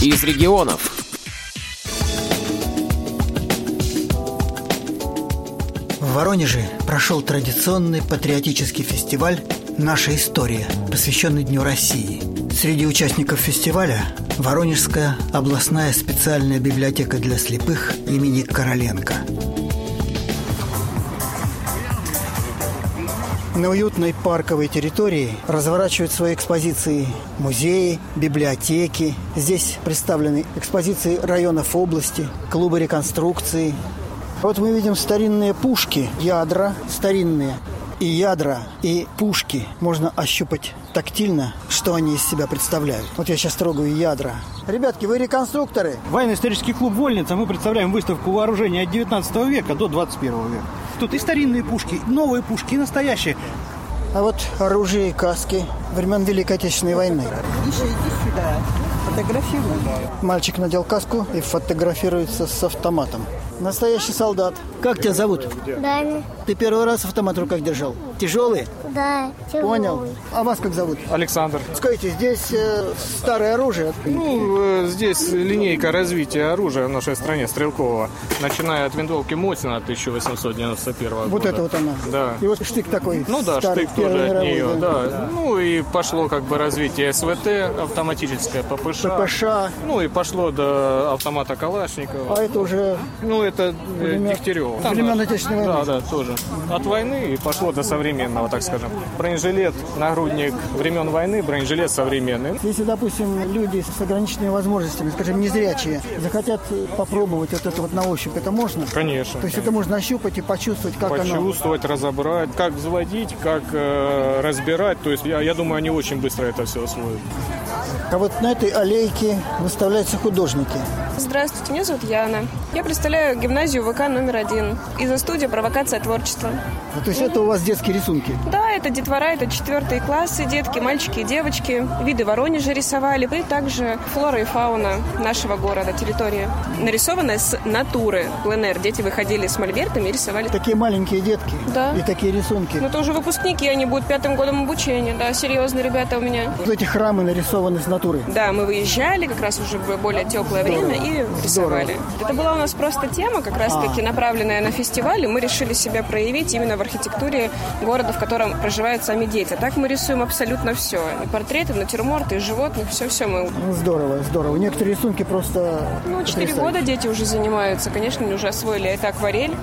из регионов. В Воронеже прошел традиционный патриотический фестиваль «Наша история», посвященный Дню России. Среди участников фестиваля – Воронежская областная специальная библиотека для слепых имени Короленко. На уютной парковой территории разворачивают свои экспозиции музеи, библиотеки. Здесь представлены экспозиции районов области, клубы реконструкции. Вот мы видим старинные пушки, ядра старинные. И ядра, и пушки можно ощупать тактильно, что они из себя представляют. Вот я сейчас трогаю ядра. Ребятки, вы реконструкторы? Военно-исторический клуб «Вольница» мы представляем выставку вооружения от 19 века до 21 века. Тут и старинные пушки, и новые пушки, и настоящие. А вот оружие и каски времен Великой Отечественной войны. Еще иди сюда, фотографируй. Мальчик надел каску и фотографируется с автоматом. Настоящий солдат. Как тебя зовут? Даня, Ты первый раз автомат в руках держал? Тяжелый? да, тяжелый. Понял. А вас как зовут? Александр. Скажите, здесь э, старое оружие. Ну, э, здесь линейка развития оружия в нашей стране стрелкового, начиная от винтовки Мотина 1891 года. Вот это вот она. Да. И вот штык такой. Ну да, старый, штык Первой тоже от мировой, нее, да. Ну и пошло как бы развитие СВТ, автоматическое ППШ. ППШ, а Ну и пошло до автомата Калашникова. это уже Ну это э, Дегтярева. Там А времен наш. Отечественной войны. Да, да, тоже. От войны и пошло до современного, так скажем. Бронежилет, нагрудник времен войны, бронежилет современный. Ну, Если, допустим, люди с ограниченными возможностями, скажем, незрячие, захотят попробовать вот это вот на ощупь, это можно? Конечно. То есть конечно. это можно ощупать и почувствовать, как оно. почувствовать, разобрать, как взводить, как э, разбирать. То есть я, я думаю, они очень быстро это все освоят. А вот на этой аллейке выставляются художники. Здравствуйте, меня зовут Яна. Я представляю гимназию ВК номер один. Изо-студия «Провокация творчества». А То есть это у вас детские рисунки. Да, это детвора, это четвертые классы, детки, мальчики и девочки. Виды Воронежа рисовали. И также флора и фауна нашего города, территории. Нарисовано с натуры. Пленер. Дети выходили с мольбертами и рисовали. Такие маленькие детки Да. и такие рисунки. Ну, это уже выпускники, они будут пятым годом обучения. Да, серьезные ребята у меня. Вот эти храмы нарисованы с натуры. Да, мы выезжали как раз уже в более теплое время и рисовали. Это была у нас просто тема, как А. раз-таки направленная на фестиваль, и мы решили себя проявить именно в архитектуре города, в котором проживают сами дети. А так мы рисуем абсолютно все. И портреты, и натюрморты, и животных, все-все мы... Ну, Здорово, здорово. Некоторые рисунки просто Ну, 4 потрясающие. года дети уже занимаются, конечно, они уже освоили. Это акварель.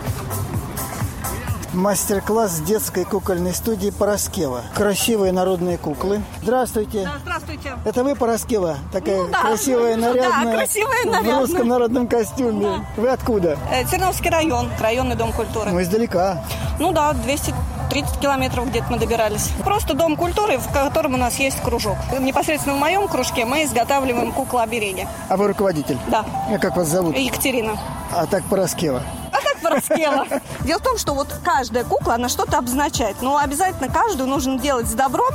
Мастер-класс детской кукольной студии Пороскева. Красивые народные куклы. Здравствуйте. Здравствуйте. Это вы, Пороскева? Такая Ну да, красивая, конечно, да, нарядная. красивая, В нарядная. русском народном костюме. Вы откуда? Терновский Э, район, районный дом культуры. Ну, издалека. Ну да, 230 километров где-то мы добирались. Просто дом культуры, в котором у нас есть кружок. Непосредственно в моем кружке мы изготавливаем кукла-обереги. А вы руководитель? Да. А как вас зовут? Екатерина. А так Пороскева. А так пораскела. Дело в том, что вот каждая кукла, она что-то обозначает. Но обязательно каждую нужно делать с добром,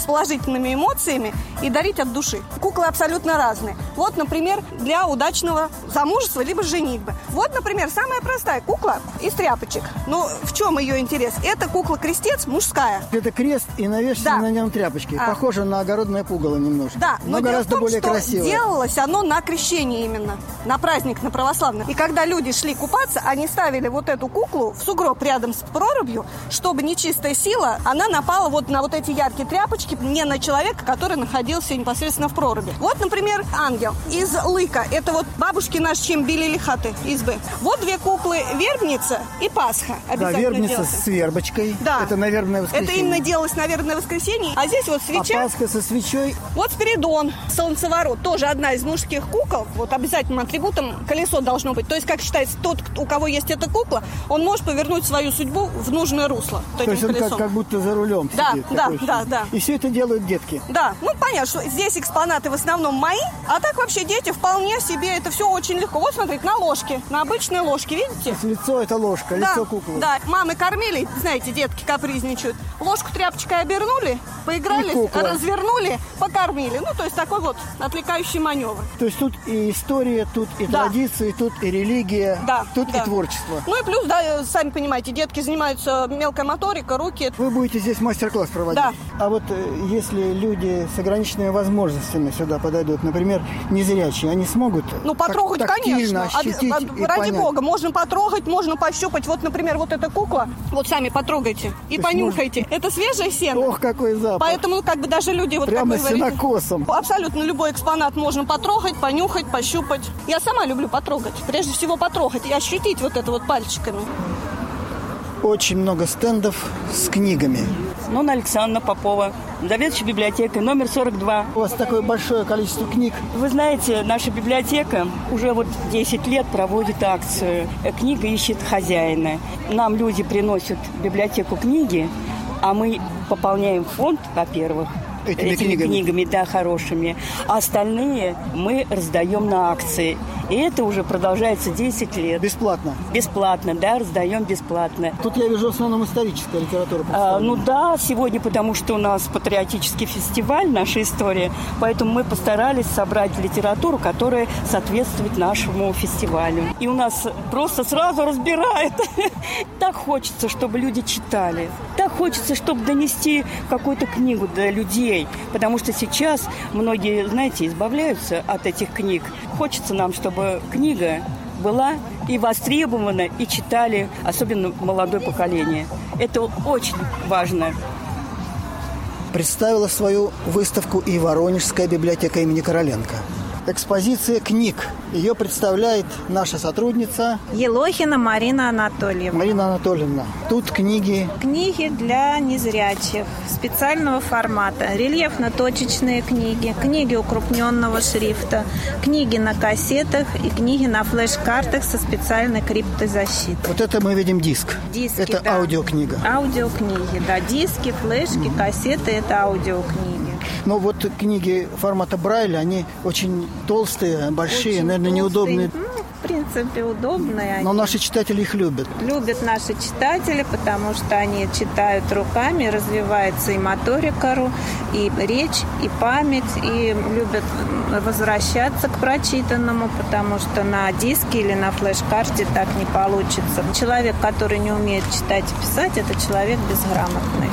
с положительными эмоциями и дарить от души. Куклы абсолютно разные. Вот, например, для удачного замужества либо женитьбы. Вот, например, самая простая кукла из тряпочек. Ну, в чем ее интерес? Это кукла-крестец мужская. Это крест и навешаны Да. на нем тряпочки. А. Похоже на огородное пугало немножко. Да, но, дело гораздо в том, более что красивое. делалось оно на крещение именно, на праздник, на православный. И когда люди шли купаться, они ставили вот эту куклу в сугроб рядом с прорубью, чтобы нечистая сила, она напала вот на вот эти яркие тряпочки, не на человека, который находился непосредственно в проруби. Вот, например, ангел из лыка. Это вот бабушки наши чем белили хаты избы. Вот две куклы вербница и пасха. Да, Обязательно верница делалось. с вербочкой. Да. Это, наверное, воскресенье. Это именно делалось, наверное, воскресенье. А здесь вот А свеча. Пасха со свечой Вот Спиридон, солнцеворот, тоже одна из мужских кукол. Вот обязательным атрибутом колесо должно быть. То есть, как считается, тот, кто- у кого есть эта кукла, он может повернуть свою судьбу в нужное русло. вот То этим есть он как, колесом. как будто за рулем Да, сидит. да, такое да, ощущение. да. И все это делают детки. Да, ну понятно, что здесь экспонаты в основном мои, а так вообще дети вполне себе это все очень легко. Вот смотрите, на ложке, на обычной ложке, видите? Лицо это ложка, лицо да, А куклы. Да, мамы кормили, знаете, детки капризничают. Ложку тряпочкой обернули, И поигрались, кукла. развернули, покормили. Ну, то есть такой вот отвлекающий маневр. То есть тут и история, тут и Да. традиции, тут и религия, Да, тут да. и творчество. искусство. Ну и плюс, да, сами понимаете, детки занимаются мелкой моторикой, руки. Вы будете здесь мастер-класс проводить? Да. А вот э, если люди с ограниченными возможностями сюда подойдут, например, незрячие, они смогут Ну, так- потрогать, тактильно конечно. Об- ощутить об- и ради понять? бога, можно потрогать, можно пощупать. Вот, например, вот эта кукла. Вот сами потрогайте и То есть понюхайте. Это свежее сено. Ох, какой запах. Поэтому, ну, как бы даже люди, вот Прямо как вы говорите, сенокосом. Абсолютно любой экспонат можно потрогать, понюхать, пощупать. Я сама люблю потрогать. Прежде всего потрогать и ощутить вот это вот пальчиками. Очень много стендов с книгами. Нона Александровна Попова, заведующая библиотекой номер 42. У вас такое большое количество книг. Вы знаете, наша библиотека уже вот 10 лет проводит акцию э, «Книга ищет хозяина». Нам люди приносят в библиотеку книги, а мы пополняем фонд, во-первых, Этими книгами. да, хорошими. А остальные мы раздаем на акции. И это уже продолжается 10 лет. Бесплатно. Бесплатно, да, раздаем бесплатно. Тут я вижу в основном историческая литература. А, представлена. ну да, сегодня, потому что у нас патриотический фестиваль, наша история, поэтому мы постарались собрать литературу, которая соответствует нашему фестивалю. И у нас просто сразу разбирает. Так хочется, чтобы люди читали. Так хочется, чтобы донести какую-то книгу до людей, потому что сейчас многие, знаете, избавляются от этих книг. Хочется нам, чтобы книга была и востребована, и читали, особенно молодое поколение. Это очень важно. представила свою выставку и Воронежская библиотека имени Короленко. Экспозиция книг. Ее представляет наша сотрудница Елохина Марина Анатольевна. Марина Анатольевна. Тут книги Книги для незрячих специального формата. Рельефно-точечные книги, книги укрупненного шрифта, книги на кассетах и книги на флеш-картах со специальной криптозащитой. Вот это мы видим диск. Диски, это да. А? аудиокнига. Аудиокниги, да, диски, флешки, кассеты – это аудиокниги. Но вот книги формата Брайля, они очень толстые, большие, Очень наверное, толстые. неудобные. Ну, в принципе, удобные. они. Но наши читатели их любят. любят наши читатели, потому что они читают руками, развивается и моторика, ру- и речь, и память, и любят м, возвращаться к прочитанному, потому что на диске или на флеш-карте так не получится. Человек, который не умеет читать и писать, это человек безграмотный.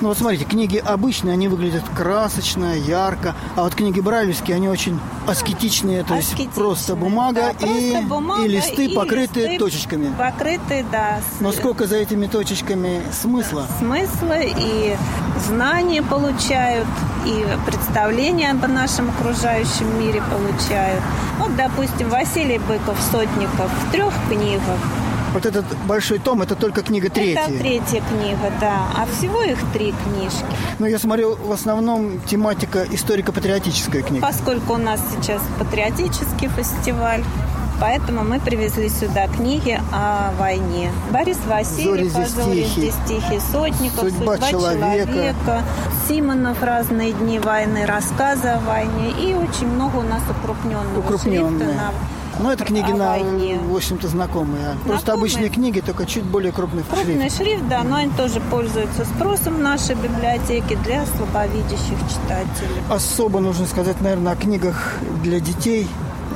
Ну вот смотрите, книги обычные, они выглядят красочно, ярко. А вот книги брайлевские, они очень аскетичные. То есть Аскетичный, просто бумага, да, просто и, бумага и листы, и покрытые листы точечками. Покрытые, да. с- Но сколько за этими точечками смысла? смысла и знания получают, и представления об нашем окружающем мире получают. Вот, допустим, Василий Быков, Сотников, в трех книгах. Вот этот большой том, это только книга третья. Это третья книга, да. А всего их три книжки. Но Ну, я смотрю, в основном тематика историко-патриотическая книга. Поскольку у нас сейчас патриотический фестиваль, поэтому мы привезли сюда книги о войне. Борис «Зори Васильев, здесь «Зори тихие», здесь тихие», Сотников, «Судьба «Судьба, человека». человека. Симонов «Разные дни войны», рассказы о войне. И очень много у нас укрупненного шрифта Укрупненная. на Но Ну, это книги о на, войне. в общем-то, знакомые. а Просто Знакомые. обычные книги, только чуть более крупных Крупный шрифт, да, но они тоже пользуются спросом в нашей библиотеке для слабовидящих читателей. Особо нужно сказать, наверное, о книгах для детей.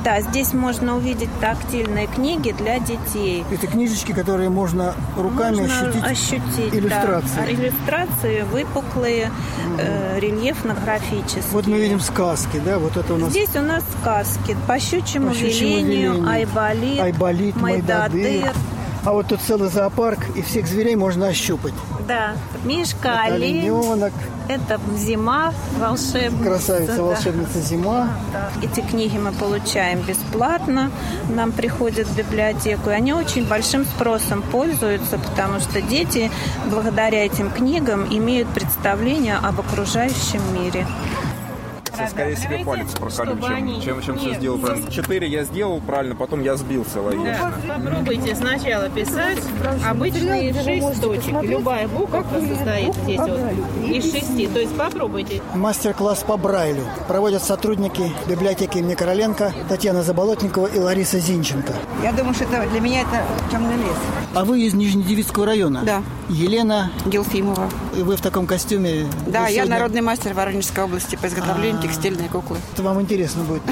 Да, здесь можно увидеть тактильные книги для детей. Это книжечки, которые можно руками Можно ощутить. ощутить, иллюстрации. да. Иллюстрации выпуклые, э, рельефно-графические. Вот мы видим сказки, да, вот это у нас Здесь у нас сказки по щучьему, по щучьему велению, велению. Айболит, Айболит, Майдадыр. Майдадыр. А вот тут целый зоопарк, и всех зверей можно ощупать. Да, Мишка, Это олень. олененок, Это зима волшебница. красавица, да. волшебница зима. Да. Эти книги мы получаем бесплатно, нам приходят в библиотеку, и они очень большим спросом пользуются, потому что дети благодаря этим книгам имеют представление об окружающем мире. Я, скорее себе палец проколю, чем, чем, чем все сделал правильно. Четыре я сделал правильно, потом я сбился ловил. Попробуйте сначала писать обычные шесть точек. Любая буковка состоит здесь вот из шести. То есть попробуйте. Мастер-класс по Брайлю проводят сотрудники библиотеки имени Короленко Татьяна Заболотникова и Лариса Зинченко. Я думаю, что это для меня это темный лес. А вы из Нижнедевицкого района? Да. Елена, Елфимова. и вы в таком костюме. Да, Вы я сегодня- народный мастер Воронежской области по изготовлению текстильной куклы. Это вам интересно будет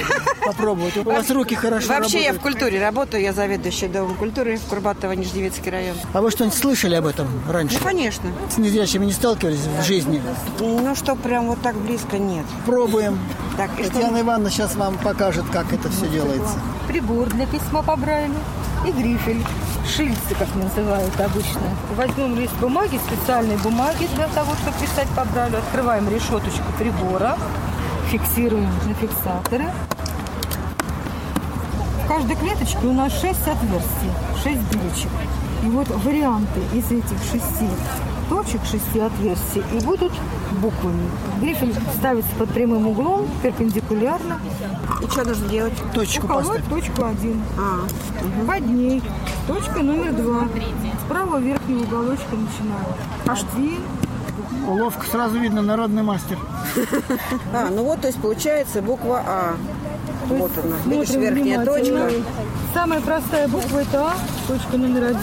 попробовать. У вас руки хорошо Вообще я в работают. культуре работаю, я заведующая Домом культуры в Курбатово, Нижневецкий район. А вы что-нибудь слышали об этом раньше? Ну, конечно. С незрячими не сталкивались в жизни? Ну, что прям вот так близко, нет. Пробуем. Так, и что Татьяна Ивановна сейчас вам покажет, как это все делается. прибор для письма по Брайлю и грифель. Шильцы, как называют обычно. Возьмем лист бумаги, специальной бумаги для того, чтобы писать по Брайлю. Открываем решеточку прибора, фиксируем на фиксаторы. В каждой клеточке у нас 6 отверстий, 6 дырочек. И вот варианты из этих шести точек, шести отверстий, и будут буквами. Грифель ставится под прямым углом, перпендикулярно. И что нужно делать? Точечку Уколоть поставь. точку 1. А. Под ней точка номер 2. Справа верхнего уголочка начинаем. Пошли. Уловка сразу видно, народный мастер. А, ну вот, то есть получается буква А. Вот она. Видишь, Смотрим верхняя внимательно. точка. Самая простая буква это А, точка номер 1.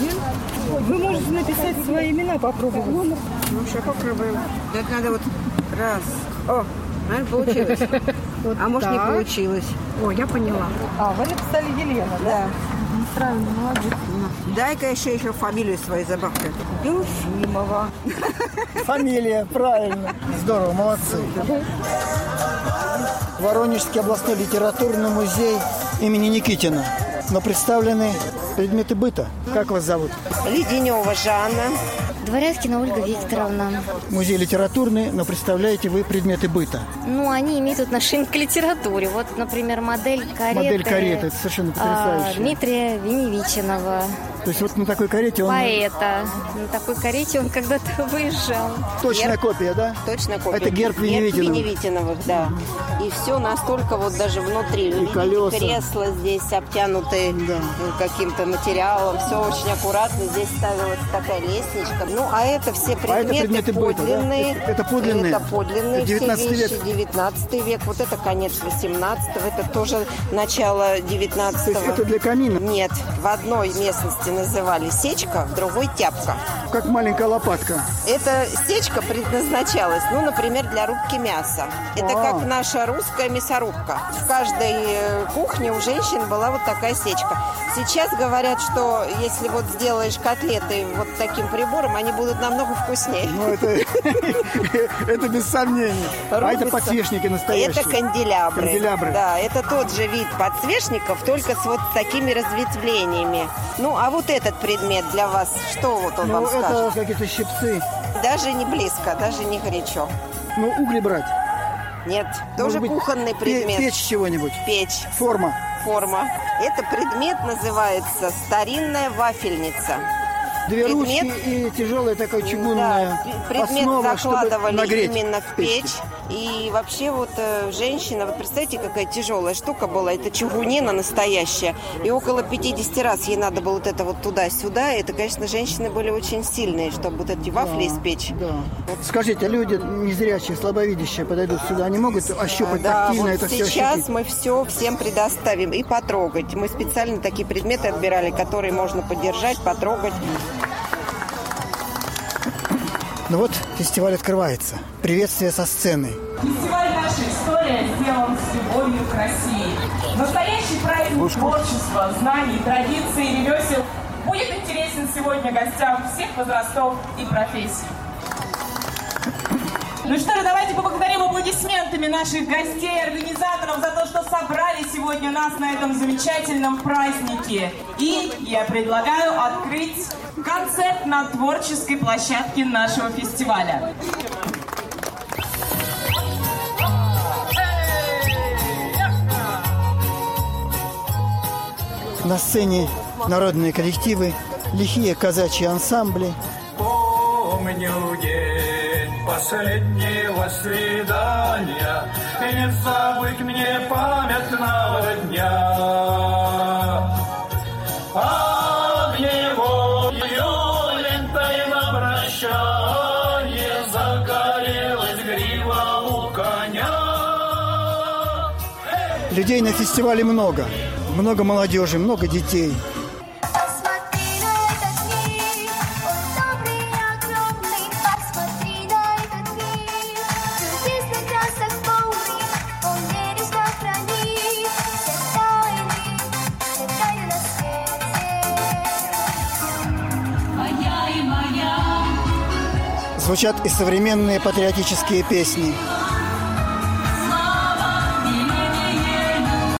Вы можете написать свои имена, попробовать. Ну, сейчас попробуем. Да Это надо вот раз. О, наверное, получилось. А может, не так. получилось. О, я поняла. А, вы написали Елена, да? Да. Мгм, Правильно, молодец. Дай-ка еще, еще фамилию свою забавкой. Юфимова. Фамилия, правильно. Здорово, молодцы. Воронежский областной литературный музей имени Никитина. Но представлены предметы быта. Как вас зовут? Леденева Жанна. Дворянкина Ольга Викторовна. Музей литературный, но представляете вы предметы быта. Ну, они имеют отношение к литературе. Вот, например, модель кареты. Модель кареты, это совершенно а, потрясающе. Дмитрия Виневичинова, То есть вот на такой карете он поэта. На такой карете он когда-то выезжал. точная Герб. копия, да? Точно копия. Это герб Веневитиновых. Веневитиновых, да. И все настолько вот даже внутри. Видите, колеса. кресла здесь обтянутые э, каким-то материалом. Все очень аккуратно. Здесь ставилась такая лестничка. Ну, а это все предметы, А это предметы быта, да? подлинные. Это- это подлинные. Это подлинные 19 все век. вещи. 19 век. Вот это конец 18-го. Это тоже начало 19 То есть это для камина? Нет. В одной местности называли сечка, в другой тяпка. Как маленькая лопатка. Эта стечка предназначалась, ну, например, для рубки мяса. Это А. как наша русская мясорубка. В каждой э, кухне у женщин была вот такая сечка. Сейчас говорят, что если вот сделаешь котлеты вот таким прибором, они будут намного вкуснее. Ну, это, это без сомнений. А это Рубится. подсвечники настоящие. Это канделябры. Канделябры. Да, это тот же вид подсвечников, только с вот такими разветвлениями. Ну, а вот этот предмет для вас, что вот он Ну, вам это скажет? какие-то щипцы. Даже не близко, даже не горячо. Ну, угли брать. Нет, Может тоже быть, кухонный пе- предмет. Печь чего-нибудь. Печь. Форма. Форма. Это предмет называется старинная вафельница. Две Предмет- ручки и тяжелая такая Да, чугунная пр- предмет основа, чтобы закладывали нагреть. именно в печь. И вообще вот э, женщина, вот представьте, какая тяжелая штука была, это чугунина настоящая. И около 50 раз ей надо было вот это вот туда-сюда. Это, конечно, женщины были очень сильные, чтобы вот эти вафли испечь. а Скажите, люди незрячие, слабовидящие подойдут сюда, они могут ощупать Да, тактильно вот это все сейчас мы все всем предоставим и потрогать. Мы специально такие предметы отбирали, которые можно подержать, потрогать. Ну вот, фестиваль открывается. Приветствие со сцены. Фестиваль «Наша история» сделан с любовью к России. Настоящий праздник творчества, знаний, традиций и ремесел будет интересен сегодня гостям всех возрастов и профессий. Ну что же, давайте поблагодарим аплодисментами наших гостей, организаторов за то, что собрали сегодня нас на этом замечательном празднике. И я предлагаю открыть концерт на творческой площадке нашего фестиваля. На сцене народные коллективы, лихие казачьи ансамбли, Помню день последнего свидания, И не забыть мне памятного дня. От него ее лентой на прощание Загорелась грива у коня. Людей на фестивале много. Много молодежи, много детей. Посмотри на этот мир, он добрый, как звучат и современные патриотические песни.